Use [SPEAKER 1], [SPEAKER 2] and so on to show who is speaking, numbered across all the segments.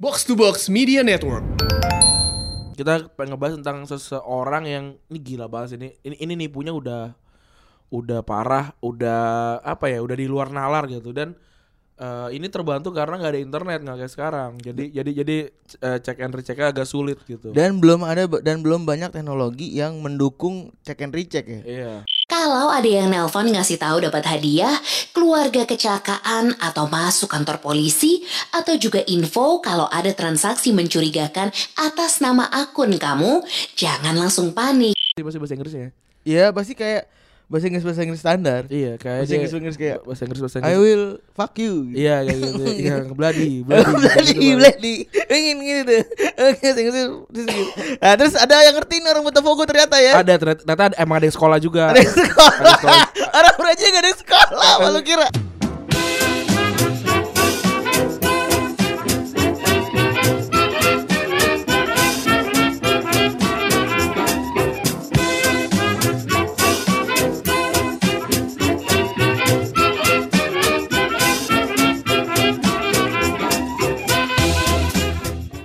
[SPEAKER 1] Box to Box Media Network.
[SPEAKER 2] kita pengen ngebahas tentang seseorang yang ini gila banget sih, ini ini ini nipunya udah udah parah udah apa ya udah di luar nalar gitu dan eh, ini terbantu karena nggak ada internet nggak kayak sekarang jadi jadi jadi eh, check and rechecknya agak sulit gitu
[SPEAKER 3] Dan belum ada dan belum banyak teknologi yang mendukung check and recheck ya.
[SPEAKER 2] iya
[SPEAKER 4] Kalau ada yang nelpon ngasih tahu dapat hadiah, keluarga kecelakaan atau masuk kantor polisi, atau juga info kalau ada transaksi mencurigakan atas nama akun kamu, jangan langsung panik.
[SPEAKER 2] Ini pasti bahasa Inggrisnya ya?
[SPEAKER 3] Iya pasti kayak bahasa Inggris bahasa Inggris standar.
[SPEAKER 2] iya kayak
[SPEAKER 3] Bahasa Inggris Inggris kayak
[SPEAKER 2] bahasa Inggris bahasa
[SPEAKER 3] I
[SPEAKER 2] Inggris
[SPEAKER 3] will fuck you. gitu.
[SPEAKER 2] iya kayak gitu iya bloody bloody
[SPEAKER 3] Beladi,
[SPEAKER 2] gitu.
[SPEAKER 3] beladi, ingin gini tuh. Oke, bahasa Inggris, bahasa Inggris. Nah, terus ada yang ngerti nih orang Botafogo ternyata ya.
[SPEAKER 2] ada ternyata ternyata ada- emang ada yang sekolah juga
[SPEAKER 3] Ada yang
[SPEAKER 2] Ada
[SPEAKER 3] sekolah.
[SPEAKER 2] sekolah.
[SPEAKER 3] Orang Braja gak ada yang sekolah, malu kira.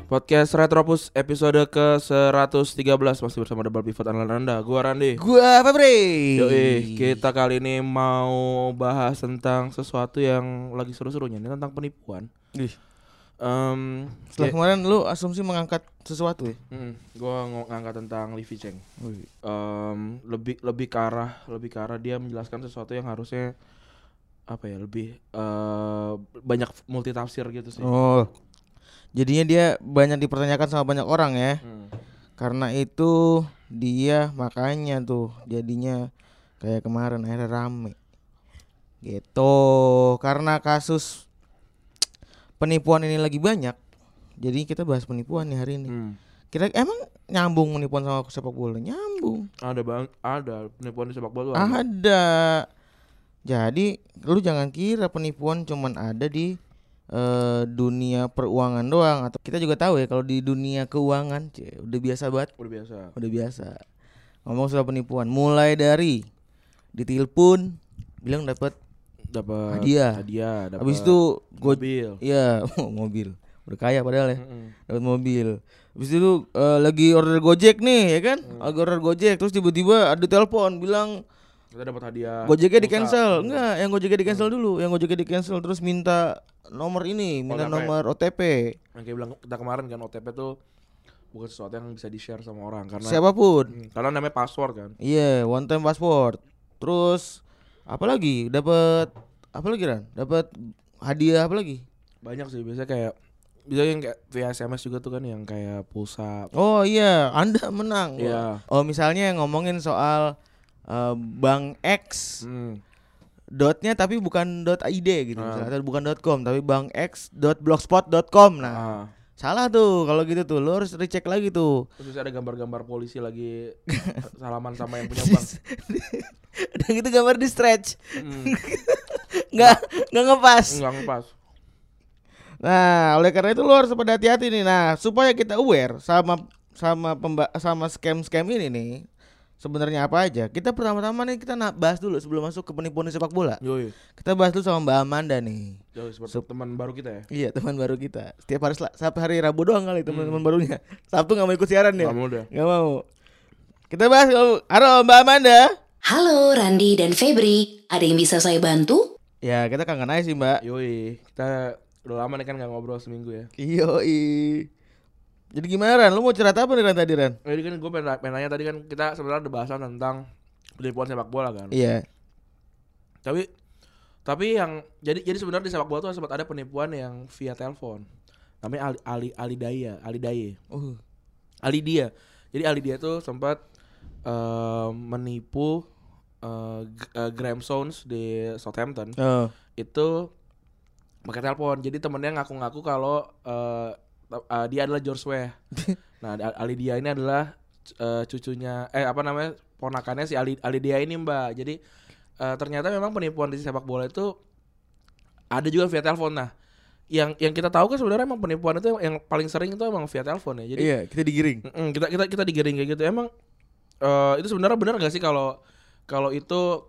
[SPEAKER 2] Podcast Retropus episode ke-113 Masih bersama Double Pivot Andalan Anda Gua Randi
[SPEAKER 3] Gua Febri.
[SPEAKER 2] Iya. Yoi, kita kali ini mau bahas tentang sesuatu yang lagi seru-serunya Ini tentang penipuan
[SPEAKER 3] Ih,
[SPEAKER 2] Em,
[SPEAKER 3] Setelah
[SPEAKER 2] ya-
[SPEAKER 3] kemarin lu asumsi mengangkat sesuatu ya?
[SPEAKER 2] Mm, Gua ng- ngangkat tentang Livi Cheng Em, Lebih lebih ke arah Lebih ke arah dia menjelaskan sesuatu yang harusnya Apa ya, lebih eh, Banyak multitafsir gitu sih
[SPEAKER 3] Oh. Jadinya dia banyak dipertanyakan sama banyak orang ya.
[SPEAKER 2] Hmm.
[SPEAKER 3] Karena itu dia makanya tuh jadinya kayak kemarin akhirnya rame. Gitu. Karena kasus penipuan ini lagi banyak. Jadi kita bahas penipuan nih hari ini.
[SPEAKER 2] Hmm.
[SPEAKER 3] Kira emang nyambung penipuan sama sepak bola? Nyambung.
[SPEAKER 2] Ada bang, ada penipuan di sepak bola tuh ada.
[SPEAKER 3] Ada. Jadi lu jangan kira penipuan cuman ada di eh, dunia peruangan doang atau kita juga tahu ya kalau di dunia keuangan cie, udah biasa banget
[SPEAKER 2] Udah biasa
[SPEAKER 3] udah biasa ngomong soal penipuan mulai dari ditelepon bilang dapat
[SPEAKER 2] dapat
[SPEAKER 3] Hadiah.
[SPEAKER 2] hadiah dapat
[SPEAKER 3] habis itu go
[SPEAKER 2] mobil
[SPEAKER 3] iya mobil udah kaya padahal ya
[SPEAKER 2] Mm-mm.
[SPEAKER 3] dapat mobil habis itu lu, eh, lagi order gojek nih ya kan
[SPEAKER 2] Mm.
[SPEAKER 3] lagi order gojek terus tiba-tiba ada telepon bilang
[SPEAKER 2] kita dapat hadiah
[SPEAKER 3] gojeknya di
[SPEAKER 2] pulsa.
[SPEAKER 3] cancel enggak yang gojeknya di
[SPEAKER 2] Hmm.
[SPEAKER 3] cancel dulu yang gojeknya di cancel terus minta nomor ini minta
[SPEAKER 2] OTP.
[SPEAKER 3] nomor OTP
[SPEAKER 2] yang kayak bilang kita kemarin kan OTP tuh bukan sesuatu yang bisa di share sama orang karena
[SPEAKER 3] siapapun
[SPEAKER 2] Mm, karena namanya password kan
[SPEAKER 3] Iya, one time passport. Terus apa lagi? Dapat apa lagi Ran? Dapat hadiah apa lagi?
[SPEAKER 2] banyak sih biasanya kayak biasanya yang kayak via SMS juga tuh kan yang kayak pulsa
[SPEAKER 3] Oh iya, Anda menang.
[SPEAKER 2] Iya.
[SPEAKER 3] Oh, misalnya ngomongin soal eh, Bank X
[SPEAKER 2] Hmm,
[SPEAKER 3] dotnya tapi bukan dot .id gitu
[SPEAKER 2] Ah.
[SPEAKER 3] misalnya atau bukan dot .com tapi bank x dot blogspot.com nah
[SPEAKER 2] ah.
[SPEAKER 3] salah tuh kalau gitu tuh lo harus recheck lagi tuh
[SPEAKER 2] terus biasanya ada gambar-gambar polisi lagi salaman sama yang punya bank
[SPEAKER 3] dan gitu gambar di stretch
[SPEAKER 2] Mm,
[SPEAKER 3] nggak nggak ngepas
[SPEAKER 2] nggak ngepas
[SPEAKER 3] Nah, oleh karena itu lu harus pada hati-hati nih. Nah, supaya kita aware sama sama pemba sama scam-scam ini nih. Sebenarnya apa aja? Kita pertama-tama nih kita na- bahas dulu sebelum masuk ke penipuan di sepak bola.
[SPEAKER 2] yoi
[SPEAKER 3] Kita bahas dulu sama Mbak Amanda nih.
[SPEAKER 2] yoi seperti teman baru kita ya
[SPEAKER 3] Iya, teman baru kita. Setiap hari Sel- Sabtu hari Rabu doang kali teman-teman barunya. Sabtu nggak mau ikut siaran
[SPEAKER 2] Hmm.
[SPEAKER 3] ya?
[SPEAKER 2] Nggak mau deh.
[SPEAKER 3] Nggak mau. Kita bahas kalau Halo Mbak Amanda.
[SPEAKER 4] Halo Randi dan Febri, ada yang bisa saya bantu?
[SPEAKER 3] Ya, kita kangen aja sih, Mbak.
[SPEAKER 2] yoi kita udah lama nih kan nggak ngobrol seminggu ya
[SPEAKER 3] Yoi. Jadi gimana Ran? Lu mau cerita apa nih Ran tadi Ran?
[SPEAKER 2] Jadi kan gue pengen, pengen nanya tadi kan kita sebenarnya ada bahasan tentang penipuan sepak bola kan.
[SPEAKER 3] Iya.
[SPEAKER 2] Tapi tapi yang jadi jadi sebenarnya di sepak bola tuh sempat ada penipuan yang via telepon. Namanya Ali Ali Alidaya, Alidaye.
[SPEAKER 3] Uh.
[SPEAKER 2] Alidia. Jadi Alidia tuh sempat eh, menipu eh, G- eh, Graham Sounds di Southampton.
[SPEAKER 3] Oh.
[SPEAKER 2] Itu pakai telepon. Jadi temennya ngaku-ngaku kalau eh, te- eh, dia adalah George Weah. Nah, Al- Alidia ini adalah eh, cucunya eh apa namanya? ponakannya si Ali Alidia ini, Mbak. Jadi eh, ternyata memang penipuan di sepak bola itu ada juga via telepon. Nah, yang yang kita tahu kan sebenarnya emang penipuan itu yang paling sering itu emang via telepon ya. Jadi
[SPEAKER 3] iya, kita digiring.
[SPEAKER 2] mm, kita kita kita digiring kayak gitu. Emang eh, itu sebenarnya benar gak sih kalau kalau itu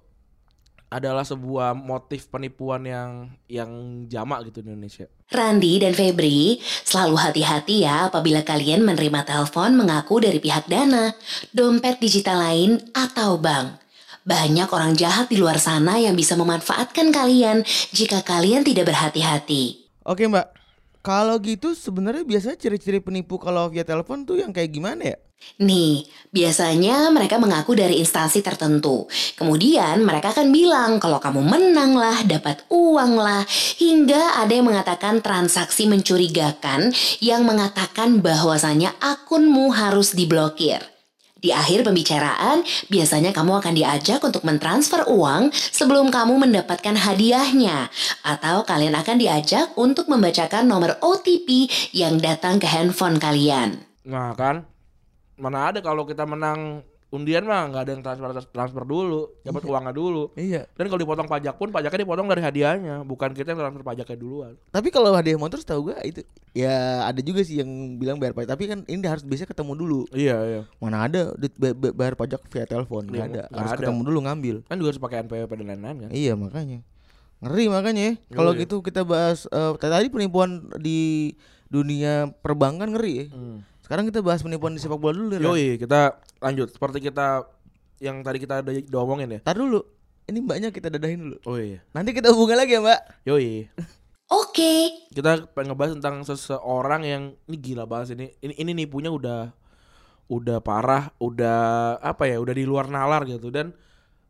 [SPEAKER 2] adalah sebuah motif penipuan yang yang jamak gitu di Indonesia.
[SPEAKER 4] Randi dan Febri, selalu hati-hati ya apabila kalian menerima telepon mengaku dari pihak dana, dompet digital lain, atau bank. Banyak orang jahat di luar sana yang bisa memanfaatkan kalian jika kalian tidak berhati-hati.
[SPEAKER 3] Oke mbak, kalau gitu sebenarnya biasanya ciri-ciri penipu kalau via telepon tuh yang kayak gimana ya?
[SPEAKER 4] Nih, biasanya mereka mengaku dari instansi tertentu. Kemudian mereka akan bilang kalau kamu menang lah, dapat uang lah. Hingga ada yang mengatakan transaksi mencurigakan yang mengatakan bahwasannya akunmu harus diblokir. Di akhir pembicaraan, biasanya kamu akan diajak untuk mentransfer uang sebelum kamu mendapatkan hadiahnya. Atau kalian akan diajak untuk membacakan nomor OTP yang datang ke handphone kalian.
[SPEAKER 2] Nah kan, mana ada kalau kita menang undian mah nggak ada yang transfer transfer dulu, dapat uangnya dulu.
[SPEAKER 3] Iya.
[SPEAKER 2] Dan kalau dipotong pajak pun pajaknya dipotong dari hadiahnya, bukan kita yang transfer pajaknya duluan.
[SPEAKER 3] Tapi kalau hadiah motor setahu gua itu ya ada juga sih yang bilang bayar pajak. Tapi kan ini harus biasanya ketemu dulu.
[SPEAKER 2] Iya iya.
[SPEAKER 3] Mana ada duit ba- ba- bayar pajak via telepon? Gak
[SPEAKER 2] Iya,
[SPEAKER 3] ada.
[SPEAKER 2] nggak
[SPEAKER 3] Harus
[SPEAKER 2] ada.
[SPEAKER 3] ketemu dulu ngambil.
[SPEAKER 2] Kan juga harus pakai NPWP dan lain-lain kan.
[SPEAKER 3] Iya makanya ngeri makanya ya. Kalau
[SPEAKER 2] Iya.
[SPEAKER 3] gitu kita bahas eh, tadi penipuan di dunia perbankan ngeri ya.
[SPEAKER 2] Hmm.
[SPEAKER 3] Sekarang kita bahas penipuan di sepak bola dulu deh. Ran.
[SPEAKER 2] Yoi, kita lanjut seperti kita yang tadi kita udah udah omongin ya.
[SPEAKER 3] Tar dulu. Ini mbaknya kita dadahin dulu.
[SPEAKER 2] Oh iya.
[SPEAKER 3] Nanti kita hubungan lagi ya mbak.
[SPEAKER 2] Yoi.
[SPEAKER 4] Oke,
[SPEAKER 2] Kita pengen ngebahas tentang seseorang yang ini gila banget sih ini. Ini ini nipunya udah udah parah, udah apa ya, udah di luar nalar gitu dan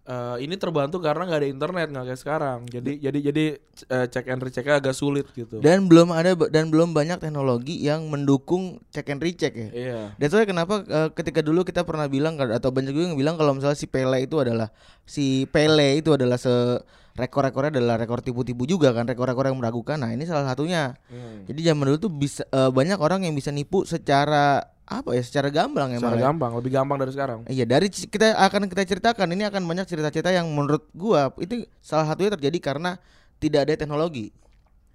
[SPEAKER 2] eh, ini terbantu karena nggak ada internet nggak kayak sekarang. Jadi jadi jadi eh, check and recheck agak sulit gitu.
[SPEAKER 3] Dan belum ada dan belum banyak teknologi yang mendukung check and recheck ya.
[SPEAKER 2] iya.
[SPEAKER 3] That's why kenapa eh, ketika dulu kita pernah bilang kan, atau banyak juga yang bilang kalau misalnya si Pele itu adalah si Pele itu adalah se rekor-rekornya adalah rekor tipu-tipu juga kan rekor-rekor yang meragukan. Nah, ini salah satunya.
[SPEAKER 2] Hmm.
[SPEAKER 3] Jadi zaman dulu tuh bisa eh, banyak orang yang bisa nipu secara apa ya? Secara gamblang emang.
[SPEAKER 2] Secara
[SPEAKER 3] ya.
[SPEAKER 2] gampang, lebih gampang dari sekarang.
[SPEAKER 3] Iya, dari c- kita akan kita ceritakan ini akan banyak cerita-cerita yang menurut gua itu salah satunya terjadi karena tidak ada teknologi.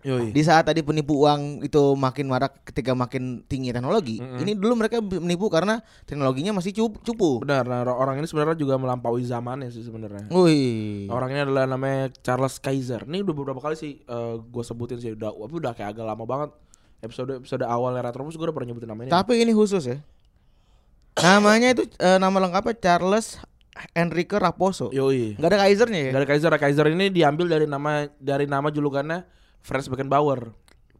[SPEAKER 2] Yoi.
[SPEAKER 3] Di saat tadi penipu uang itu makin marak ketika makin tinggi teknologi.
[SPEAKER 2] Mm-mm.
[SPEAKER 3] Ini dulu mereka b- menipu karena teknologinya masih cup- cupu.
[SPEAKER 2] Benar, nah, orang ini sebenarnya juga melampaui zamannya sih sebenarnya.
[SPEAKER 3] Wih.
[SPEAKER 2] Orang ini adalah namanya Charles Kaiser. Ini udah beberapa kali sih gue sebutin sih udah tapi udah kayak agak lama banget. Episode episode awal Retropus gue udah pernah nyebutin namanya.
[SPEAKER 3] Tapi ini khusus ya. Namanya itu eh, nama lengkapnya Charles Enrique Raposo.
[SPEAKER 2] Yoi.
[SPEAKER 3] Gak ada kaisernya ya.
[SPEAKER 2] Dari Kaiser Kaiser ini diambil dari nama dari nama julukannya Franz Beckenbauer.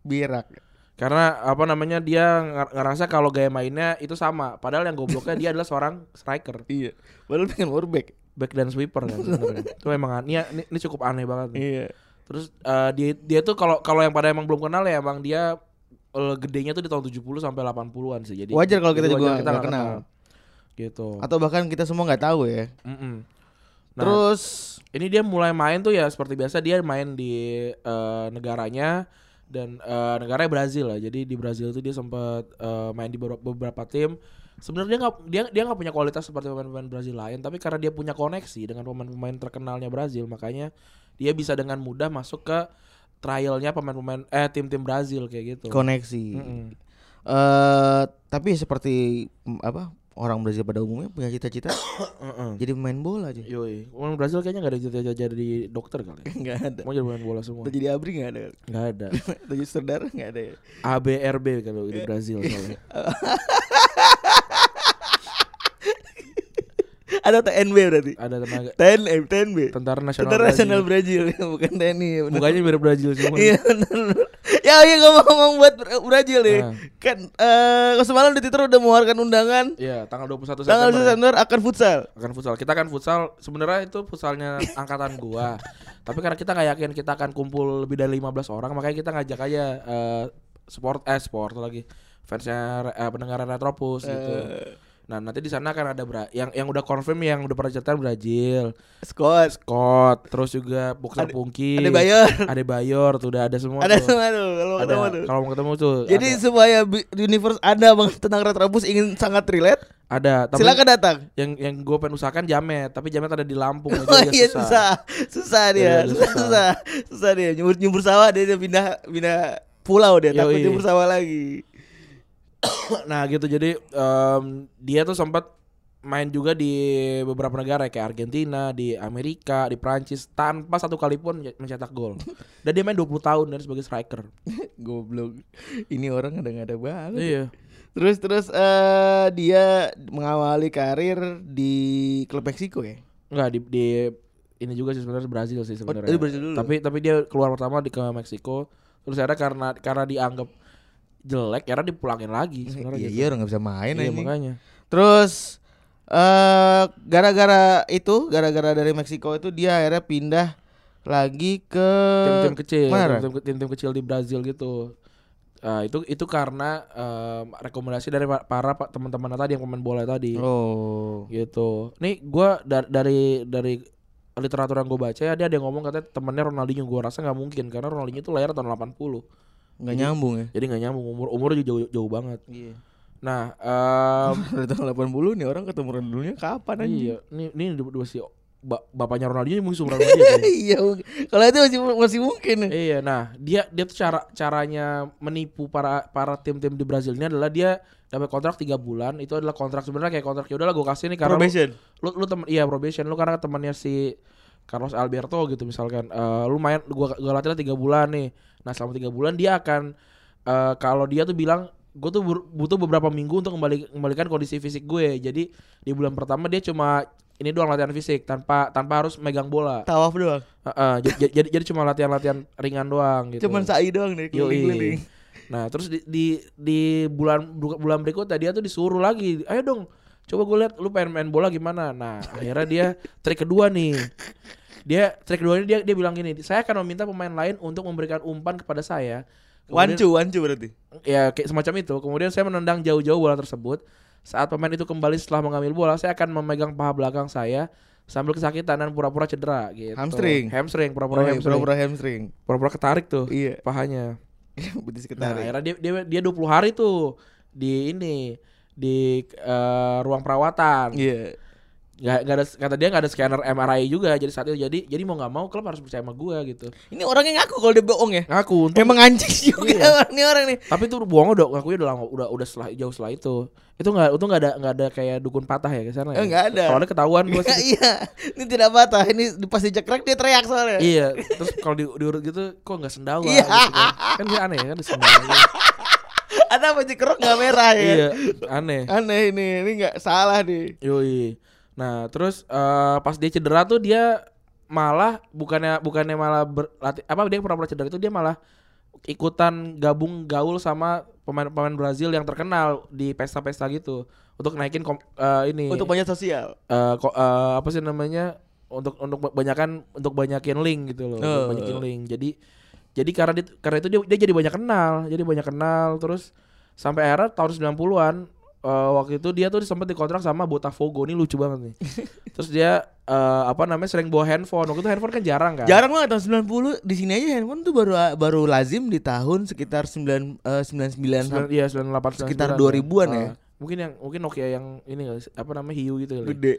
[SPEAKER 3] Birak.
[SPEAKER 2] Karena apa namanya dia nger- ngerasa kalau gaya mainnya itu sama, padahal yang gobloknya dia adalah seorang striker,
[SPEAKER 3] Iya. Padahal pengen urback.
[SPEAKER 2] back dan sweeper kan sebenarnya. itu memang an- iya, ini, ini cukup aneh banget. nih.
[SPEAKER 3] Iya.
[SPEAKER 2] Terus eh, dia dia tuh kalau kalau yang pada emang belum kenal ya emang dia eh, gedenya tuh di tahun 70 sampai 80-an sih. Jadi
[SPEAKER 3] Wajar kalau kita
[SPEAKER 2] jadi
[SPEAKER 3] juga
[SPEAKER 2] wajar
[SPEAKER 3] nggak
[SPEAKER 2] nggak
[SPEAKER 3] kenal.
[SPEAKER 2] Gitu.
[SPEAKER 3] Atau bahkan kita semua nggak tahu ya.
[SPEAKER 2] Mm-mm. Nah,
[SPEAKER 3] Terus
[SPEAKER 2] ini dia mulai main tuh ya seperti biasa dia main di eh, negaranya dan eh, negaranya Brazil lah. Jadi di Brazil tuh dia sempat eh, main di beberapa, beberapa tim. Sebenarnya dia nggak dia dia nggak punya kualitas seperti pemain-pemain Brazil lain, tapi karena dia punya koneksi dengan pemain-pemain terkenalnya Brazil, makanya dia bisa dengan mudah masuk ke trialnya pemain-pemain eh tim-tim Brazil kayak gitu.
[SPEAKER 3] koneksi.
[SPEAKER 2] Mm-mm.
[SPEAKER 3] Eh tapi seperti mm, apa orang Brazil pada umumnya punya cita-cita jadi pemain bola aja.
[SPEAKER 2] Yoi, orang Brazil kayaknya gak ada cita-cita jadi dokter kali. ya.
[SPEAKER 3] Enggak ada.
[SPEAKER 2] Mau jadi pemain bola semua.
[SPEAKER 3] Atau jadi abri nggak ada.
[SPEAKER 2] Gak ada.
[SPEAKER 3] Atau jadi saudara nggak ada. ya?
[SPEAKER 2] ABRB kalau ya di Brazil soalnya.
[SPEAKER 3] Ada TNB berarti. eh,
[SPEAKER 2] Ada tenaga
[SPEAKER 3] TNB, TNB.
[SPEAKER 2] tentara nasional.
[SPEAKER 3] Tentara Nasional
[SPEAKER 2] Brazil.
[SPEAKER 3] Brazil bukan TNI. ya, bener.
[SPEAKER 2] Mukanya mirip Brazil semua.
[SPEAKER 3] Iya benar. Ya iya ngomong-ngomong buat Bra- Brazil nih.
[SPEAKER 2] Ah.
[SPEAKER 3] Kan eh semalam di Twitter udah mengeluarkan undangan
[SPEAKER 2] Iya, tanggal 21
[SPEAKER 3] tanggal
[SPEAKER 2] September.
[SPEAKER 3] 1
[SPEAKER 2] ya.
[SPEAKER 3] September akan futsal.
[SPEAKER 2] Akan futsal. Kita kan futsal sebenarnya itu futsalnya angkatan gua. Tapi karena kita nggak yakin kita akan kumpul lebih dari 15 orang, makanya kita ngajak aja eh, sport eh sport lagi fansnya eh, pendengar Retropus gitu.
[SPEAKER 3] Eh.
[SPEAKER 2] Nah, nanti di sana akan ada Bra- yang yang udah confirm yang udah pernah cetak Brazil.
[SPEAKER 3] Skor.
[SPEAKER 2] Scott, terus juga boxer Pungki.
[SPEAKER 3] Ada bayar.
[SPEAKER 2] Ada Bayor tuh udah ada semua.
[SPEAKER 3] Ada
[SPEAKER 2] tuh.
[SPEAKER 3] semua tuh kalau
[SPEAKER 2] Ada.
[SPEAKER 3] ketemu tuh.
[SPEAKER 2] Kalau mau ketemu tuh.
[SPEAKER 3] Jadi
[SPEAKER 2] ada.
[SPEAKER 3] supaya bi- universe ada bang tentang Retrobus ingin sangat relate,
[SPEAKER 2] ada. Tapi
[SPEAKER 3] silakan datang.
[SPEAKER 2] Yang yang gue pengen usahakan jamet, tapi jamet ada di Lampung aja
[SPEAKER 3] Oh
[SPEAKER 2] dia
[SPEAKER 3] iya susah, susah
[SPEAKER 2] Iya,
[SPEAKER 3] dia,
[SPEAKER 2] dia
[SPEAKER 3] susah
[SPEAKER 2] susah.
[SPEAKER 3] susah, susah dia nyubur nyubur sawah dia dia pindah pindah pulau dia takut
[SPEAKER 2] Yoi.
[SPEAKER 3] nyubur sawah lagi.
[SPEAKER 2] Nah gitu jadi em, dia tuh sempat main juga di beberapa negara ya, kayak Argentina, di Amerika, di Prancis tanpa satu kali pun ya, mencetak gol. Dan dia main 20 tahun dan sebagai striker.
[SPEAKER 3] Goblok. Ini orang ada nggak ada banget.
[SPEAKER 2] iya.
[SPEAKER 3] Terus terus eh dia mengawali karir di klub Meksiko ya.
[SPEAKER 2] Enggak di, di ini juga sih sebenarnya Brazil sih sebenarnya.
[SPEAKER 3] Oh, di Brazil dulu.
[SPEAKER 2] Tapi tapi dia keluar pertama di ke Meksiko. Terus akhirnya karena karena dianggap jelek, ya akhirnya dipulangin lagi sebenarnya.
[SPEAKER 3] Iya,
[SPEAKER 2] gitu.
[SPEAKER 3] iya orang nggak bisa main
[SPEAKER 2] Iya,
[SPEAKER 3] anjing.
[SPEAKER 2] makanya.
[SPEAKER 3] Terus eh gara-gara itu, gara-gara dari Meksiko itu dia akhirnya pindah lagi ke Eh,
[SPEAKER 2] Tim-tim kecil,
[SPEAKER 3] Mana?
[SPEAKER 2] tim-tim ke- tim-tim kecil di Brazil gitu. Ah, itu itu karena em, rekomendasi dari pa- para pa- teman-teman tadi yang pemain bola tadi.
[SPEAKER 3] Oh.
[SPEAKER 2] gitu nih gua dar- dari dari literatur yang gue baca ya dia ada yang ngomong katanya temennya Ronaldinho gua rasa nggak mungkin karena Ronaldinho itu lahir tahun 80
[SPEAKER 3] nggak nyambung ya.
[SPEAKER 2] jadi nggak nyambung umur umur juga jauh jauh banget
[SPEAKER 3] Iya.
[SPEAKER 2] nah em,
[SPEAKER 3] Dari tahun 80 nih orang ketemu orang dulunya kapan anjing?
[SPEAKER 2] iya ini ini dua dua si ba- bapaknya Ronaldinho mungkin seumuran sama dia kayaknya.
[SPEAKER 3] Iya. mungkin. Kalau itu masih masih mungkin. ya?
[SPEAKER 2] iya nah dia dia tuh cara caranya menipu para para tim-tim di Brazil ini adalah dia dapat kontrak tiga bulan itu adalah kontrak sebenarnya kayak kontrak ya udahlah gue kasih nih karena lu- lu lu temen iya probation lu karena temannya si Carlos Alberto gitu misalkan Eh, lu main gua gua latihnya tiga bulan nih nah selama tiga bulan dia akan eh, kalau dia tuh bilang gue tuh bur- butuh beberapa minggu untuk kembali kembalikan kondisi fisik gue jadi di bulan pertama dia cuma ini doang latihan fisik tanpa tanpa harus megang bola
[SPEAKER 3] Tawaf doang.
[SPEAKER 2] Heeh, j- j- jadi jadi cuma latihan latihan ringan doang gitu
[SPEAKER 3] Cuman gitu sa'i doang deh
[SPEAKER 2] Yoi.
[SPEAKER 3] keliling-keliling.
[SPEAKER 2] Nah, terus di di, di bulan bu- bulan berikutnya dia tuh disuruh lagi, ayo dong, coba gue lihat lu pengen main bola gimana. Nah, akhirnya dia trik kedua nih. Dia trik kedua ini dia dia bilang gini, saya akan meminta pemain lain untuk memberikan umpan kepada saya. Kemudian-
[SPEAKER 3] Wancu, wancu berarti.
[SPEAKER 2] ya kayak semacam itu. Kemudian saya menendang jauh-jauh bola tersebut. Saat pemain itu kembali setelah mengambil bola, saya akan memegang paha belakang saya sambil kesakitan dan pura-pura cedera gitu.
[SPEAKER 3] Hamstring.
[SPEAKER 2] Hamstring, pura-pura
[SPEAKER 3] Pura
[SPEAKER 2] hamstring.
[SPEAKER 3] pura hamstring.
[SPEAKER 2] Pura-pura ketarik tuh
[SPEAKER 3] Iya. ya.
[SPEAKER 2] pahanya.
[SPEAKER 3] Betis
[SPEAKER 2] Nah,
[SPEAKER 3] ketarik.
[SPEAKER 2] akhirnya dia dia dia 20 hari tuh di ini di eh, ruang perawatan.
[SPEAKER 3] Iya.
[SPEAKER 2] Nggak, nggak ada kata dia nggak ada scanner MRI juga jadi saat itu jadi jadi mau nggak mau klub harus percaya sama gua gitu.
[SPEAKER 3] Ini orangnya ngaku kalau dia bohong ya.
[SPEAKER 2] Ngaku untung.
[SPEAKER 3] Emang anjing juga
[SPEAKER 2] Iya.
[SPEAKER 3] orang nih orang nih.
[SPEAKER 2] Tapi itu bohong udah ngakunya udah lama udah udah setelah jauh setelah itu. Itu nggak untung nggak ada nggak ada kayak dukun patah ya ke sana ya.
[SPEAKER 3] Eh, nggak ada.
[SPEAKER 2] Kalau ada ketahuan gua
[SPEAKER 3] Iya,
[SPEAKER 2] sih.
[SPEAKER 3] iya. Ini tidak patah. Ini di- pas dijekrek dia teriak soalnya.
[SPEAKER 2] iya, terus kalau di, diurut gitu kok nggak sendawa gitu
[SPEAKER 3] Iya.
[SPEAKER 2] kan. Kan dia aneh ya, kan disendawa.
[SPEAKER 3] Ada apa jekrek nggak merah ya?
[SPEAKER 2] iya, aneh.
[SPEAKER 3] Aneh ini. Ini nggak salah nih.
[SPEAKER 2] Yoi. Nah, terus eh, pas dia cedera tuh dia malah bukannya bukannya malah berlatih apa dia pura-pura cedera itu dia malah ikutan gabung gaul sama pemain-pemain Brazil yang terkenal di pesta-pesta gitu untuk naikin kom- eh, ini
[SPEAKER 3] Untuk banyak sosial.
[SPEAKER 2] eh, ko- eh, apa sih namanya untuk untuk banyakan untuk banyakin link gitu loh
[SPEAKER 3] Oh.
[SPEAKER 2] untuk banyakin link jadi jadi karena dia, karena itu dia, dia jadi banyak kenal jadi banyak kenal terus sampai era tahun 90-an eh, waktu itu dia tuh sempat dikontrak sama Botafogo ini lucu banget nih terus dia eh, apa namanya sering bawa handphone waktu itu handphone kan jarang kan
[SPEAKER 3] Jarang banget tahun 90 di sini aja handphone tuh baru baru lazim di tahun sekitar 9 eh, 99
[SPEAKER 2] Sembilan- iya 98 2000-an
[SPEAKER 3] Sekitar 2000-an ya.
[SPEAKER 2] mungkin yang mungkin Nokia yang ini nggak sih, apa namanya Hiu gitu kali.
[SPEAKER 3] gede.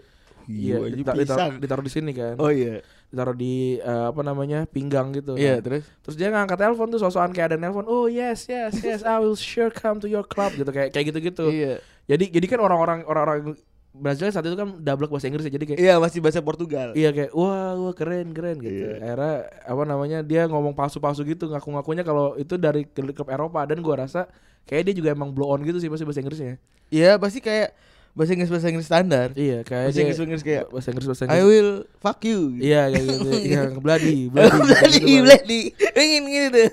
[SPEAKER 2] Iya,
[SPEAKER 3] Iya,
[SPEAKER 2] dita-
[SPEAKER 3] pisang.
[SPEAKER 2] ditaruh, ditaruh di sini kan.
[SPEAKER 3] Oh iya.
[SPEAKER 2] Ditaruh di eh, apa namanya? pinggang gitu.
[SPEAKER 3] Iya,
[SPEAKER 2] kan.
[SPEAKER 3] terus
[SPEAKER 2] Terus dia ngangkat telepon tuh sosokan kayak ada nelpon. Oh yes yes yes I will sure come to your club gitu kayak kayak gitu-gitu.
[SPEAKER 3] Iya.
[SPEAKER 2] Jadi jadi kan orang-orang orang-orang Brazil saat itu kan double bahasa Inggris ya. Jadi kayak
[SPEAKER 3] Iya, masih bahasa Portugal.
[SPEAKER 2] iya kayak wah wah keren keren gitu.
[SPEAKER 3] Iya.
[SPEAKER 2] Akhirnya apa namanya dia ngomong palsu-palsu gitu ngaku-ngakunya kalau itu dari ke- klub Eropa dan gua rasa kayak dia juga emang blow on gitu sih pasti bahasa Inggrisnya.
[SPEAKER 3] Iya, pasti kayak bahasa Inggris bahasa Inggris standar.
[SPEAKER 2] Iya kayak
[SPEAKER 3] Bahasa
[SPEAKER 2] dia-
[SPEAKER 3] Inggris Inggris kayak
[SPEAKER 2] bahasa Inggris bahasa
[SPEAKER 3] I
[SPEAKER 2] Inggris.
[SPEAKER 3] will fuck you.
[SPEAKER 2] Iya kayak gitu. Iya bloody bloody. gitu
[SPEAKER 3] Bladi,
[SPEAKER 2] banget.
[SPEAKER 3] bladi, ingin gitu. tuh.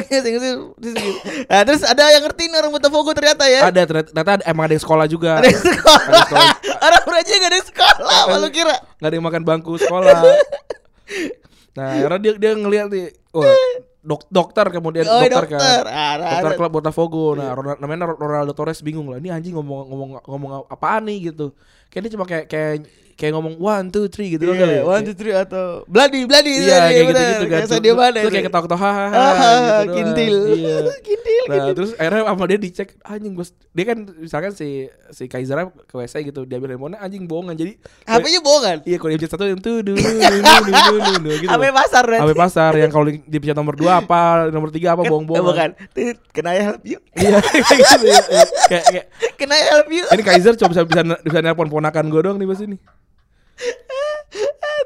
[SPEAKER 3] Oke, sing- sing- sing- sing. Nah, terus ada yang ngerti nih orang Botafogo ternyata ya.
[SPEAKER 2] Ada ternyata, ternyata ada- emang ada yang sekolah juga.
[SPEAKER 3] Ada yang
[SPEAKER 2] Ada
[SPEAKER 3] sekolah.
[SPEAKER 2] sekolah.
[SPEAKER 3] Orang Braja gak ada yang sekolah, malu kira.
[SPEAKER 2] nggak ada yang makan bangku sekolah. nah, akhirnya dia dia ngelihat nih, wah, dok- dokter kemudian
[SPEAKER 3] Oh,
[SPEAKER 2] dokter, kan.
[SPEAKER 3] dokter. Ah, nah,
[SPEAKER 2] Dokter
[SPEAKER 3] nah.
[SPEAKER 2] klub Botafogo. Nah, Ronald, namanya Ronaldo Torres bingung lah. Ini anjing ngomong ngomong ngomong apaan nih gitu. Kayak dia cuma kayak kayak kayak ngomong one two three gitu doang kali.
[SPEAKER 3] Iya,
[SPEAKER 2] ya?
[SPEAKER 3] one, two, three atau Bloody, bloody itu
[SPEAKER 2] Iya
[SPEAKER 3] tadi,
[SPEAKER 2] kayak
[SPEAKER 3] bener.
[SPEAKER 2] gitu-gitu kan.
[SPEAKER 3] Biasa dia
[SPEAKER 2] Terus-
[SPEAKER 3] mana
[SPEAKER 2] Terus kayak
[SPEAKER 3] itu?
[SPEAKER 2] ketawa-ketawa ha, ha, ha,
[SPEAKER 3] Ah,
[SPEAKER 2] gitu doang.
[SPEAKER 3] kintil.
[SPEAKER 2] Iya.
[SPEAKER 3] kintil.
[SPEAKER 2] Nah, terus akhirnya sama dia dicek anjing bos. Dia kan misalkan si si Kaiser ke WC gitu, dia ambil handphonenya anjing bohongan. Jadi
[SPEAKER 3] HP-nya bohongan.
[SPEAKER 2] iya kalau dia pencet satu itu dulu dulu gitu.
[SPEAKER 3] HP pasar
[SPEAKER 2] HP
[SPEAKER 3] berarti.
[SPEAKER 2] pasar yang kalau di- dipencet nomor 2 apa, nomor 3 apa
[SPEAKER 3] Ken-
[SPEAKER 2] bohong-bohongan.
[SPEAKER 3] eh, Bukan. Tit, Can I help you?
[SPEAKER 2] Iya, kayak gitu ya. Iya. Kayak kayak
[SPEAKER 3] Can I help you?
[SPEAKER 2] ini Kaiser cuma bisa bisa, bisa nelpon ponakan gue doang nih pas ini.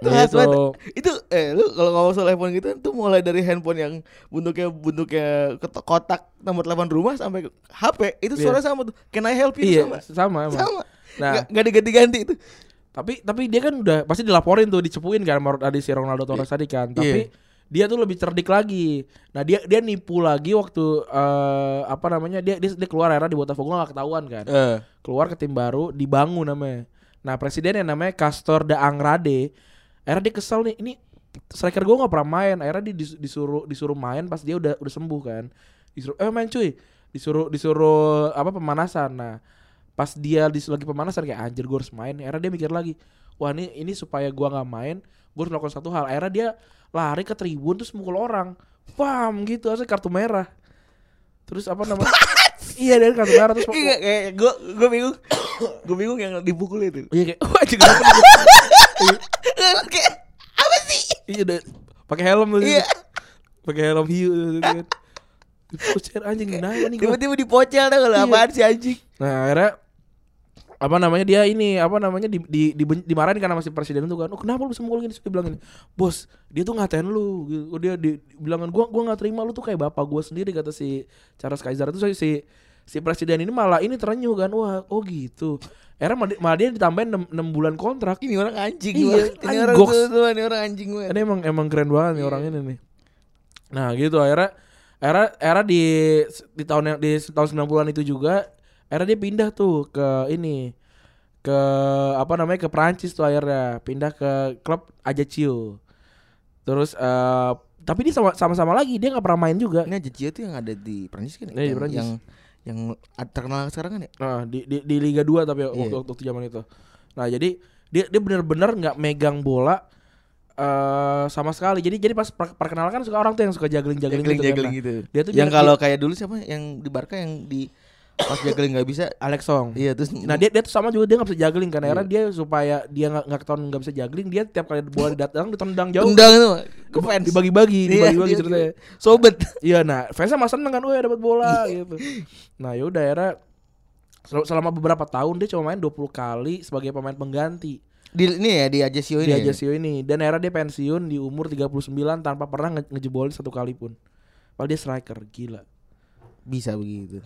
[SPEAKER 3] Tuh khas
[SPEAKER 2] Gitu.
[SPEAKER 3] banget. Itu eh lu kalau ngomong soal handphone gitu tuh mulai dari handphone yang bentuknya bentuknya keto- kotak nomor telepon rumah sampai ke HP itu
[SPEAKER 2] Iya.
[SPEAKER 3] suara sama tuh. Can I help you
[SPEAKER 2] Iya,
[SPEAKER 3] sama?
[SPEAKER 2] sama emang.
[SPEAKER 3] Sama.
[SPEAKER 2] Nah.
[SPEAKER 3] Nggak- nggak diganti-ganti itu.
[SPEAKER 2] Tapi tapi dia kan udah pasti dilaporin tuh, dicepuin kan sama tadi si Ronaldo Torres tadi kan. Tapi dia tuh lebih cerdik lagi. Nah, dia dia nipu lagi waktu eh, apa namanya? Dia dia, dia keluar era di Botafogo nggak ketahuan kan. Keluar ke tim baru, dibangun namanya. Nah, presiden yang namanya Castor de Angrade, era dia kesel nih, ini striker gue nggak pernah main. Akhirnya dia dis- disuruh disuruh main pas dia udah udah sembuh kan. Disuruh eh main cuy. Disuruh disuruh apa pemanasan. Nah, pas dia dis- lagi pemanasan kayak anjir gue harus main. Akhirnya dia mikir lagi, wah ini ini supaya gua nggak main, gue harus melakukan satu hal. Akhirnya dia lari ke tribun terus mukul orang. Bam gitu, harusnya kartu merah. Terus apa namanya? iya, dari kartu merah terus
[SPEAKER 3] Iya, kayak gue gue bingung. gue bingung yang dipukul itu.
[SPEAKER 2] Iya kayak wah juga
[SPEAKER 3] kayak apa sih?
[SPEAKER 2] iya udah pakai helm tuh.
[SPEAKER 3] Iya.
[SPEAKER 2] Pakai helm hiu tuh, tuh, kan. Pucer anjing kenapa nih gua?
[SPEAKER 3] Tiba-tiba dipocel dah
[SPEAKER 2] Iya.
[SPEAKER 3] kalau apaan sih anjing.
[SPEAKER 2] Nah, akhirnya apa namanya dia ini apa namanya di, di, di dimarahin karena masih presiden tuh kan oh kenapa lu bisa mukul gini Terus dia bilang gini, bos dia tuh ngatain lu gitu. Oh, dia di, di- bilangan gua gua nggak terima lu tuh kayak bapak gua sendiri kata si Charles Kaiser itu si si presiden ini malah ini terenyuh kan wah oh gitu akhirnya malah dia- malah dia ditambahin 6, bulan kontrak
[SPEAKER 3] Ini orang anjing.
[SPEAKER 2] Iya,
[SPEAKER 3] gua. ini
[SPEAKER 2] anjing
[SPEAKER 3] orang
[SPEAKER 2] goks.
[SPEAKER 3] tuh, tuh, ini orang anjing gue.
[SPEAKER 2] ini emang emang keren banget nih orang ini nih. Nah, gitu akhirnya era era di di tahun yang di tahun 90-an itu juga era dia pindah tuh ke ini ke apa namanya ke Prancis tuh akhirnya pindah ke klub Ajaccio. Terus eh tapi dia sama- sama-sama lagi dia nggak pernah main juga.
[SPEAKER 3] Ini aja Cio tuh yang ada di Prancis kan? ya?
[SPEAKER 2] Iya, di
[SPEAKER 3] yang,
[SPEAKER 2] Prancis.
[SPEAKER 3] Yang yang ad- terkenal sekarang kan ya?
[SPEAKER 2] Nah, di, di, di Liga 2 tapi
[SPEAKER 3] Iya.
[SPEAKER 2] waktu, waktu, waktu zaman itu. Nah, jadi dia dia benar-benar nggak megang bola eh sama sekali. Jadi jadi pas per- perkenalan kan suka orang tuh yang suka juggling-juggling gitu. kan. Nah,
[SPEAKER 3] gitu.
[SPEAKER 2] Dia tuh
[SPEAKER 3] yang
[SPEAKER 2] biar-
[SPEAKER 3] kalau kayak dulu siapa yang di Barca yang di pas juggling nggak bisa
[SPEAKER 2] Alex Song.
[SPEAKER 3] iya terus
[SPEAKER 2] Nah dia dia tuh sama juga dia nggak bisa juggling kan
[SPEAKER 3] Iya.
[SPEAKER 2] akhirnya dia supaya dia nggak nggak ketahuan nggak bisa juggling dia tiap kali bola datang ditendang jauh
[SPEAKER 3] tendang itu ke
[SPEAKER 2] Diba-
[SPEAKER 3] fans
[SPEAKER 2] dibagi-bagi
[SPEAKER 3] Iya,
[SPEAKER 2] dibagi-bagi
[SPEAKER 3] iya,
[SPEAKER 2] ceritanya.
[SPEAKER 3] sobet
[SPEAKER 2] Iya nah fansnya malah seneng kan, wah dapat bola
[SPEAKER 3] Iya.
[SPEAKER 2] gitu. Nah yaudah akhirnya sel- selama beberapa tahun dia cuma main 20 kali sebagai pemain pengganti
[SPEAKER 3] di ini ya di Ajaccio
[SPEAKER 2] di
[SPEAKER 3] ini ya?
[SPEAKER 2] Ajaccio Iya, ini dan akhirnya dia pensiun di umur 39 tanpa pernah nge- ngejebolin satu kali pun. Padahal dia striker gila.
[SPEAKER 3] bisa begitu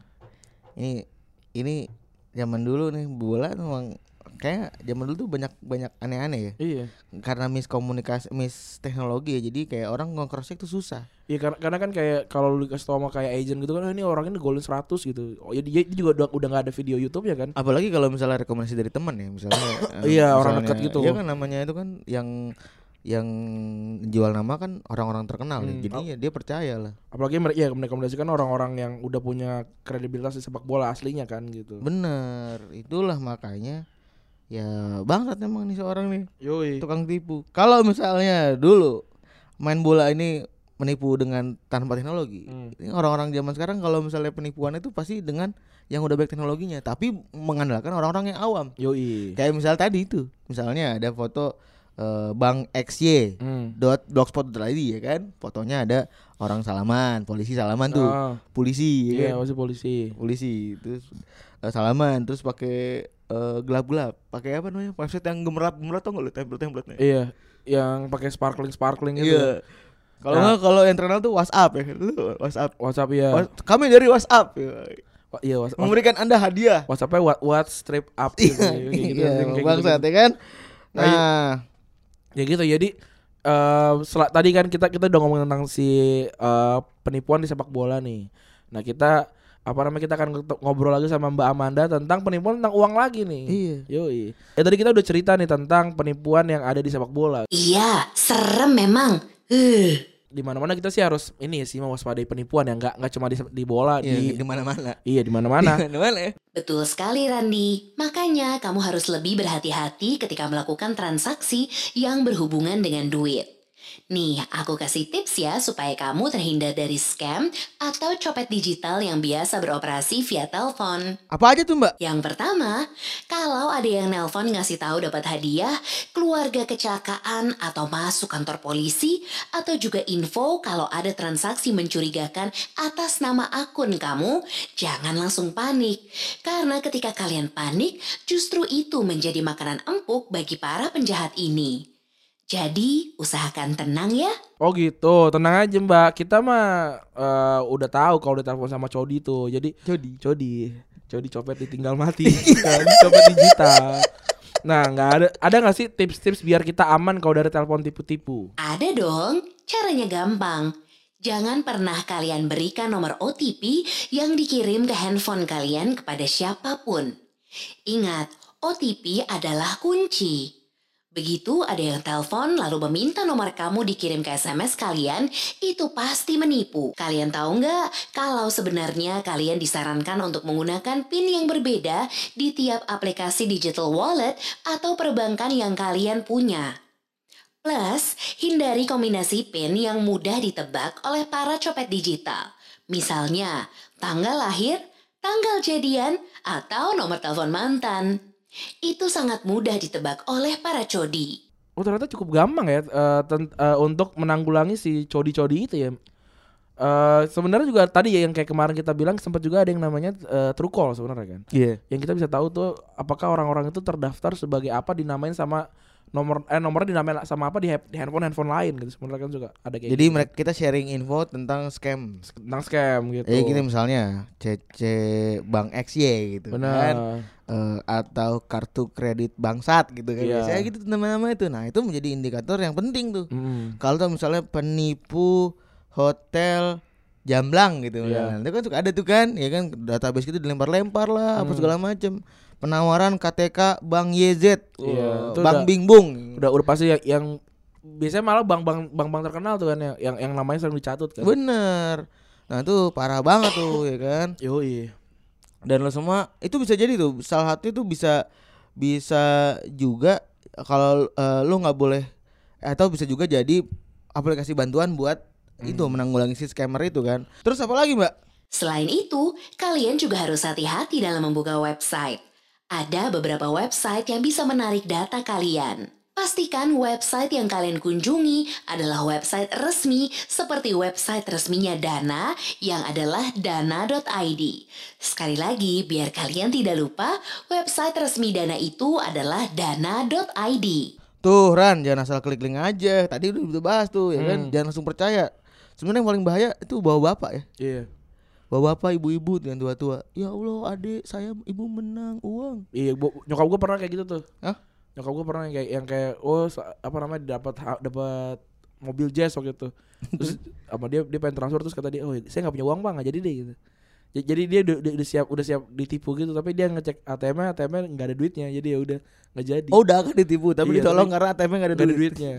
[SPEAKER 3] ini ini zaman dulu nih bola memang kayak zaman dulu tuh banyak banyak aneh-aneh ya
[SPEAKER 2] Iya.
[SPEAKER 3] karena miskomunikasi mis teknologi ya jadi kayak orang nge-cross check tuh susah
[SPEAKER 2] Iya karena, karena kan kayak kalau lu dikasih tau sama kayak agent gitu kan "Ah, ini orang ini golin 100 gitu. Oh ya dia dia juga udah udah nggak ada video YouTube ya kan.
[SPEAKER 3] apalagi kalau misalnya rekomendasi dari teman ya misalnya eh,
[SPEAKER 2] Iya, orang
[SPEAKER 3] misalnya-
[SPEAKER 2] dekat gitu.
[SPEAKER 3] iya kan namanya itu kan yang yang jual nama kan orang-orang terkenal ya.
[SPEAKER 2] Hmm.
[SPEAKER 3] jadi ya dia percaya lah
[SPEAKER 2] Apalagi mereka ya merekomendasikan orang-orang yang udah punya kredibilitas di sepak bola aslinya kan gitu.
[SPEAKER 3] bener itulah makanya ya bangsat emang nih seorang nih
[SPEAKER 2] Yoi.
[SPEAKER 3] tukang tipu kalau misalnya dulu main bola ini menipu dengan tanpa teknologi
[SPEAKER 2] Hmm.
[SPEAKER 3] Ini orang-orang zaman sekarang kalau misalnya penipuan itu pasti dengan yang udah baik teknologinya tapi mengandalkan orang-orang yang awam
[SPEAKER 2] Yoi.
[SPEAKER 3] kayak misal tadi itu misalnya ada foto eh, bang XY
[SPEAKER 2] Hmm.
[SPEAKER 3] dot blogspot tadi ya kan fotonya ada orang salaman polisi salaman tuh
[SPEAKER 2] Ah,
[SPEAKER 3] polisi ya
[SPEAKER 2] iya
[SPEAKER 3] kan?
[SPEAKER 2] masih polisi.
[SPEAKER 3] polisi terus eh, salaman terus pakai eh, gelap-gelap pakai apa namanya website yang gemerlap-gemerlap tau nggak lo template-templatenya
[SPEAKER 2] Iya. Yang pakai gitu. sparkling sparkling itu.
[SPEAKER 3] iya kalau
[SPEAKER 2] Nah.
[SPEAKER 3] nggak kalau yang terkenal tuh WhatsApp ya lu WhatsApp
[SPEAKER 2] WhatsApp ya.
[SPEAKER 3] Wa- kami dari WhatsApp ya.
[SPEAKER 2] Wa- Iya WhatsApp.
[SPEAKER 3] memberikan anda hadiah
[SPEAKER 2] WhatsAppnya what, what strip up gitu.
[SPEAKER 3] iya
[SPEAKER 2] Kayak gitu,
[SPEAKER 3] iya,
[SPEAKER 2] kayak gitu,
[SPEAKER 3] bangsat
[SPEAKER 2] gitu.
[SPEAKER 3] ya kan
[SPEAKER 2] Nah, iya.
[SPEAKER 3] nah
[SPEAKER 2] Ya gitu jadi eh sel- tadi kan kita kita udah ngomongin tentang si eh, penipuan di sepak bola nih. Nah kita apa namanya kita akan ngeto- ngobrol lagi sama Mbak Amanda tentang penipuan tentang uang lagi nih.
[SPEAKER 3] Iya.
[SPEAKER 2] Yoi. Ya tadi kita udah cerita nih tentang penipuan yang ada di sepak bola.
[SPEAKER 4] Iya, serem memang. Eh,
[SPEAKER 2] di mana-mana kita sih harus ini sih mewaspadai penipuan ya nggak nggak cuma di, di bola
[SPEAKER 3] Iya,
[SPEAKER 2] di
[SPEAKER 3] di mana-mana.
[SPEAKER 2] iya di mana-mana
[SPEAKER 3] Di mana ya?
[SPEAKER 4] Betul sekali Randi. Makanya kamu harus lebih berhati-hati ketika melakukan transaksi yang berhubungan dengan duit. Nih, aku kasih tips ya supaya kamu terhindar dari scam atau copet digital yang biasa beroperasi via telepon.
[SPEAKER 3] Apa aja tuh, Mbak?
[SPEAKER 4] Yang pertama, kalau ada yang nelpon ngasih tahu dapat hadiah, keluarga kecelakaan atau masuk kantor polisi, atau juga info kalau ada transaksi mencurigakan atas nama akun kamu, jangan langsung panik. Karena ketika kalian panik, justru itu menjadi makanan empuk bagi para penjahat ini. Jadi, usahakan tenang ya.
[SPEAKER 2] oh gitu tenang aja mbak kita mah eh, udah tahu kalau udah telepon sama Cody tuh jadi
[SPEAKER 3] Jody.
[SPEAKER 2] Cody Cody copet ditinggal mati kan copet digital nah nggak ada ada nggak sih tips-tips biar kita aman kalau dari telepon tipu-tipu
[SPEAKER 4] Ada dong, caranya gampang. Jangan pernah kalian berikan nomor OTP yang dikirim ke handphone kalian kepada siapapun. Ingat, OTP adalah kunci. Begitu ada yang telepon lalu meminta nomor kamu dikirim ke SMS kalian, itu pasti menipu. Kalian tahu nggak kalau sebenarnya kalian disarankan untuk menggunakan PIN yang berbeda di tiap aplikasi digital wallet atau perbankan yang kalian punya. Plus, hindari kombinasi PIN yang mudah ditebak oleh para copet digital. Misalnya, tanggal lahir, tanggal jadian, atau nomor telepon mantan. Itu sangat mudah ditebak oleh para codi.
[SPEAKER 2] Oh ternyata cukup gampang ya eh, ten- eh, untuk menanggulangi si codi-codi itu ya. Eh sebenarnya juga tadi ya yang kayak kemarin kita bilang sempat juga ada yang namanya eh, true call sebenarnya kan.
[SPEAKER 3] Iya.
[SPEAKER 2] Yang kita bisa tahu tuh apakah orang-orang itu terdaftar sebagai apa dinamain sama nomor eh nomornya dinamain sama apa di, hap- di handphone handphone lain gitu sebenarnya kan juga ada kayak
[SPEAKER 3] Jadi mereka kita sharing info tentang scam.
[SPEAKER 2] gitu. tentang scam gitu.
[SPEAKER 3] Eh gitu misalnya CC Bank XY gitu kan
[SPEAKER 2] Benar.
[SPEAKER 3] Eh, atau kartu kredit bangsat gitu kan
[SPEAKER 2] Iya.
[SPEAKER 3] biasanya gitu nama-nama itu nah itu menjadi indikator yang penting tuh
[SPEAKER 2] Mm.
[SPEAKER 3] kalau tuh misalnya penipu hotel jamblang gitu
[SPEAKER 2] Iya.
[SPEAKER 3] misalnya. itu kan suka ada tuh kan ya kan database itu dilempar-lempar
[SPEAKER 2] Hmm.
[SPEAKER 3] lah apa segala macam penawaran KTK Bank YZ
[SPEAKER 2] Iya,
[SPEAKER 3] Wah,
[SPEAKER 2] itu
[SPEAKER 3] Bank
[SPEAKER 2] udah-
[SPEAKER 3] Bingbung
[SPEAKER 2] Udah udah pasti yang, yang biasanya malah bank-bank bank-bank terkenal tuh kan yang yang, yang namanya sering dicatut kan.
[SPEAKER 3] bener nah itu parah banget tuh ya kan
[SPEAKER 2] Yoi.
[SPEAKER 3] dan lo semua itu bisa jadi tuh salah satu itu bisa bisa juga kalau eh, lo nggak boleh atau bisa juga jadi aplikasi bantuan buat itu menanggulangi si scammer itu kan terus apa lagi mbak
[SPEAKER 4] Selain itu, kalian juga harus hati-hati dalam membuka website. Ada beberapa website yang bisa menarik data kalian. Pastikan website yang kalian kunjungi adalah website resmi seperti website resminya Dana yang adalah dana.id. Sekali lagi, biar kalian tidak lupa, website resmi Dana itu adalah dana.id.
[SPEAKER 3] tuh Ran jangan asal klik link aja tadi udah udah bahas tuh ya kan jangan langsung percaya sebenarnya yang paling bahaya itu bawa bapak ya
[SPEAKER 2] Iya.
[SPEAKER 3] bawa bapak ibu-ibu dengan tua-tua ya Allah adik saya ibu menang uang
[SPEAKER 2] Iya, gua, nyokap gue pernah kayak gitu tuh.
[SPEAKER 3] Hah?
[SPEAKER 2] Nyokap gue pernah yang kayak yang kayak oh sa- apa namanya dapat ha- dapat mobil jazz waktu itu. Terus apa dia dia pengen transfer terus kata dia, "Oh, saya nggak punya uang, Bang, nggak jadi deh." gitu. Ja- Jadi dia udah, udah, udah siap udah siap ditipu gitu, tapi dia ngecek ATM-nya, ATM-nya nggak ada duitnya. Jadi ya udah nggak jadi.
[SPEAKER 3] oh udah kan ditipu tapi
[SPEAKER 2] Iya,
[SPEAKER 3] ditolong
[SPEAKER 2] tapi-
[SPEAKER 3] karena ATM nggak
[SPEAKER 2] nggak
[SPEAKER 3] ada
[SPEAKER 2] ada
[SPEAKER 3] duit.
[SPEAKER 2] duitnya.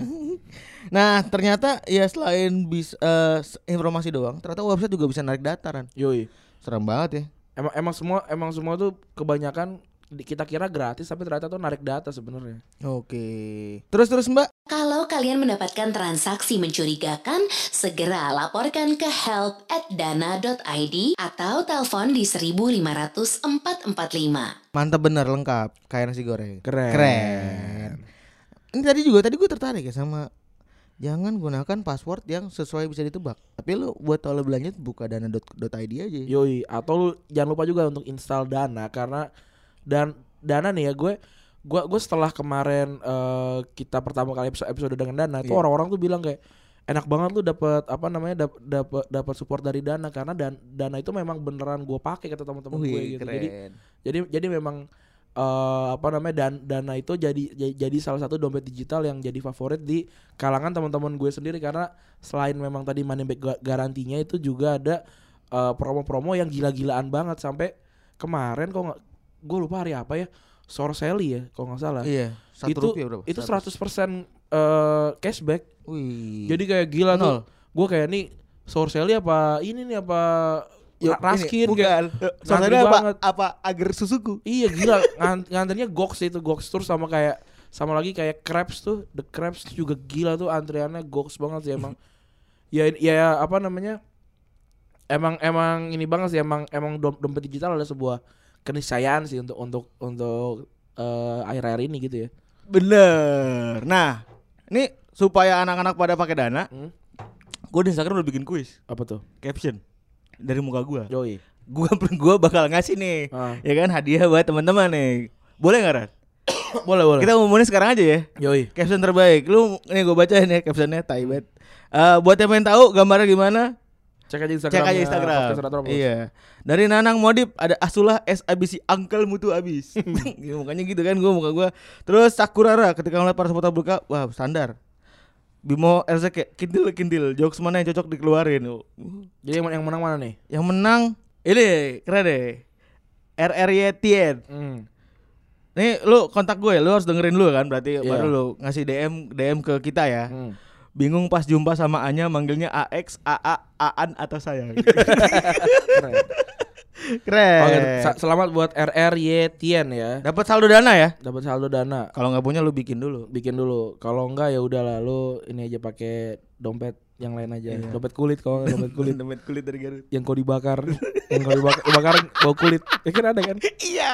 [SPEAKER 3] Nah ternyata ya selain bis, eh, s- informasi doang Ternyata website juga bisa narik dataran
[SPEAKER 2] Yoi.
[SPEAKER 3] Serem banget ya
[SPEAKER 2] Emang emang semua emang semua tuh kebanyakan di- kita kira gratis tapi ternyata tuh narik data sebenarnya.
[SPEAKER 3] Oke Terus-terus mbak
[SPEAKER 4] Kalau kalian mendapatkan transaksi mencurigakan, segera laporkan ke help at dana.id atau telepon di 15445.
[SPEAKER 3] Mantap bener lengkap Kayak nasi goreng
[SPEAKER 2] Keren.
[SPEAKER 3] Keren. Ini tadi juga tadi gue tertarik ya sama Jangan gunakan password yang sesuai bisa ditebak Tapi lu buat tahu lebih lanjut buka dana.id aja ya.
[SPEAKER 2] Yoi, atau lu jangan lupa juga untuk install Dana karena dan Dana nih ya gue gue gue setelah kemarin eh, kita pertama kali episode, episode dengan Dana itu
[SPEAKER 3] Iya.
[SPEAKER 2] orang-orang tuh bilang kayak enak banget lu dapat apa namanya dap- dapat dapat support dari Dana karena dan Dana itu memang beneran gue pakai kata teman-teman gue
[SPEAKER 3] Wih,
[SPEAKER 2] gitu. Jadi jadi jadi memang eh apa namanya dan Dana itu jadi jadi- jadi salah satu dompet digital yang jadi favorit di kalangan teman-teman gue sendiri karena selain memang tadi money back gua- garantinya itu juga ada eh, promo-promo yang gila-gilaan banget sampai kemarin kok nggak gue lupa hari apa ya Sorcelli ya kalau nggak salah
[SPEAKER 3] Iya Satu
[SPEAKER 2] itu
[SPEAKER 3] rupiah berapa?
[SPEAKER 2] itu 100%
[SPEAKER 3] Seratus.
[SPEAKER 2] eh, cashback
[SPEAKER 3] Wih
[SPEAKER 2] jadi kayak gila tuh
[SPEAKER 3] Iya. Nol
[SPEAKER 2] gue kayak nih Sorcelli apa ini nih apa
[SPEAKER 3] Yo,
[SPEAKER 2] Ra- Raskin kayak
[SPEAKER 3] ini, bukan. Soalnya
[SPEAKER 2] Ngantri
[SPEAKER 3] apa,
[SPEAKER 2] banget.
[SPEAKER 3] apa agar susuku.
[SPEAKER 2] Iya gila Ngan- ngantrinya Gox itu Gox terus sama kayak sama lagi kayak Krabs tuh The Krabs tuh juga gila tuh antriannya Gox banget sih emang ya ya apa namanya emang emang ini banget sih emang emang dom- dompet digital ada sebuah keniscayaan sih untuk untuk untuk eh, akhir-akhir ini gitu ya
[SPEAKER 3] Bener. Nah, ini supaya anak-anak pada pakai dana,
[SPEAKER 2] Hmm.
[SPEAKER 3] gue di Instagram udah bikin kuis
[SPEAKER 2] apa tuh
[SPEAKER 3] caption dari muka gue.
[SPEAKER 2] Joey
[SPEAKER 3] Gue gua bakal ngasih nih,
[SPEAKER 2] Ah.
[SPEAKER 3] ya kan hadiah buat teman-teman nih. Boleh nggak Ran?
[SPEAKER 2] boleh boleh
[SPEAKER 3] Kita ngomongin sekarang aja ya.
[SPEAKER 2] Joey
[SPEAKER 3] Caption terbaik. Lu nih gue bacain ya captionnya Taibet. Eh buat yang pengen tahu gambarnya gimana,
[SPEAKER 2] cek aja Instagram ya,
[SPEAKER 3] cek aja Instagram. Iya. Dari Nanang Modip ada Asulah S abis si Uncle Mutu abis. Ya, mukanya gitu kan gua muka gua. Terus Sakurara ketika melihat para supporter buka, wah standar. Bimo Elsa kayak kintil kintil jokes mana yang cocok dikeluarin.
[SPEAKER 2] jadi yang, yang menang mana nih
[SPEAKER 3] Yang menang ini keren deh. RRY Tien.
[SPEAKER 2] Hmm.
[SPEAKER 3] Nih lu kontak gue, lu harus dengerin lu kan berarti
[SPEAKER 2] Iya.
[SPEAKER 3] baru lu ngasih DM DM ke kita ya.
[SPEAKER 2] Hmm.
[SPEAKER 3] Bingung pas jumpa sama Anya manggilnya AX, AA, Aan atau sayang.
[SPEAKER 2] Keren.
[SPEAKER 3] Keren.
[SPEAKER 2] Oke, sa- selamat buat RR Yetien ya.
[SPEAKER 3] Dapat saldo dana ya?
[SPEAKER 2] Dapat saldo dana.
[SPEAKER 3] Kalau nggak punya lu bikin dulu.
[SPEAKER 2] Bikin dulu. Kalau enggak ya udahlah lu ini aja pakai dompet yang lain aja.
[SPEAKER 3] Iya.
[SPEAKER 2] Dompet kulit kalau nggak dompet kulit
[SPEAKER 3] Kulit dompet kulit dari Garut.
[SPEAKER 2] yang kau dibakar, yang kau dibakar, dibakar bau kulit. Ya kan ada kan?
[SPEAKER 3] Iya.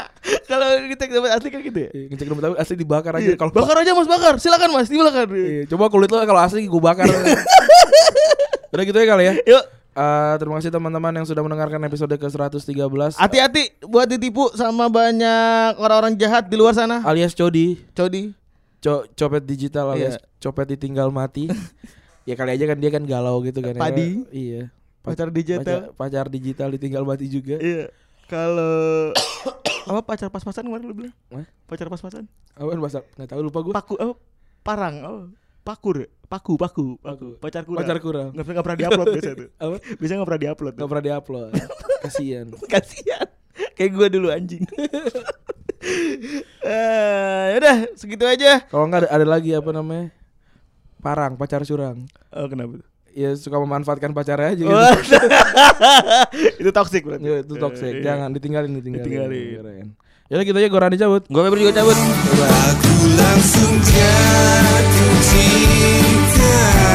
[SPEAKER 3] Kalau kita dompet asli kan gitu ya.
[SPEAKER 2] Iya, Ngecek dompet asli dibakar aja
[SPEAKER 3] Iya.
[SPEAKER 2] kalau
[SPEAKER 3] bakar aja Mas bakar. Silakan Mas, dibakar.
[SPEAKER 2] Iya, coba kulit lo kalau asli gue bakar.
[SPEAKER 3] Iya.
[SPEAKER 2] Udah gitu ya kali ya.
[SPEAKER 3] Yuk,
[SPEAKER 2] Eh, terima kasih teman-teman yang sudah mendengarkan episode ke-113
[SPEAKER 3] hati-hati buat ditipu sama banyak orang-orang jahat di luar sana.
[SPEAKER 2] alias Cody.
[SPEAKER 3] Cody.
[SPEAKER 2] Co- copet digital alias
[SPEAKER 3] Iya.
[SPEAKER 2] copet ditinggal mati. ya kali aja kan dia kan galau gitu kan. ya.
[SPEAKER 3] Padi.
[SPEAKER 2] Iya. Pacar,
[SPEAKER 3] Pacar digital.
[SPEAKER 2] pacar digital ditinggal mati juga.
[SPEAKER 3] Iya. Kalau apa pacar pas-pasan kemarin lu bilang?
[SPEAKER 2] Hah?
[SPEAKER 3] Pacar pas-pasan.
[SPEAKER 2] Apaan bahasa? Enggak tahu lupa gue.
[SPEAKER 3] Paku apa? Parang apa? Pakur, ya? paku, paku,
[SPEAKER 2] Paku.
[SPEAKER 3] paku. Pacar kurang.
[SPEAKER 2] Pacar kurang.
[SPEAKER 3] Nggak nggak pernah diupload biasa tuh.
[SPEAKER 2] Apa?
[SPEAKER 3] Biasanya nggak pernah diupload.
[SPEAKER 2] Enggak pernah diupload. Kasihan.
[SPEAKER 3] kasihan kayak gue dulu anjing eh udah segitu aja
[SPEAKER 2] Kalau enggak ada, ada lagi apa namanya? Parang, pacar curang.
[SPEAKER 3] oh kenapa tuh?
[SPEAKER 2] Ya suka memanfaatkan pacarnya aja gitu.
[SPEAKER 3] Wah, itu toxic berarti
[SPEAKER 2] Ya, itu toxic.
[SPEAKER 3] Eh,
[SPEAKER 2] Jangan ditinggalin, ditinggalin.
[SPEAKER 3] Ditinggalin.
[SPEAKER 2] Keren. Yaudah kita aja gue Rani cabut.
[SPEAKER 3] gue Febri juga cabut
[SPEAKER 5] Aku langsung jatuh cinta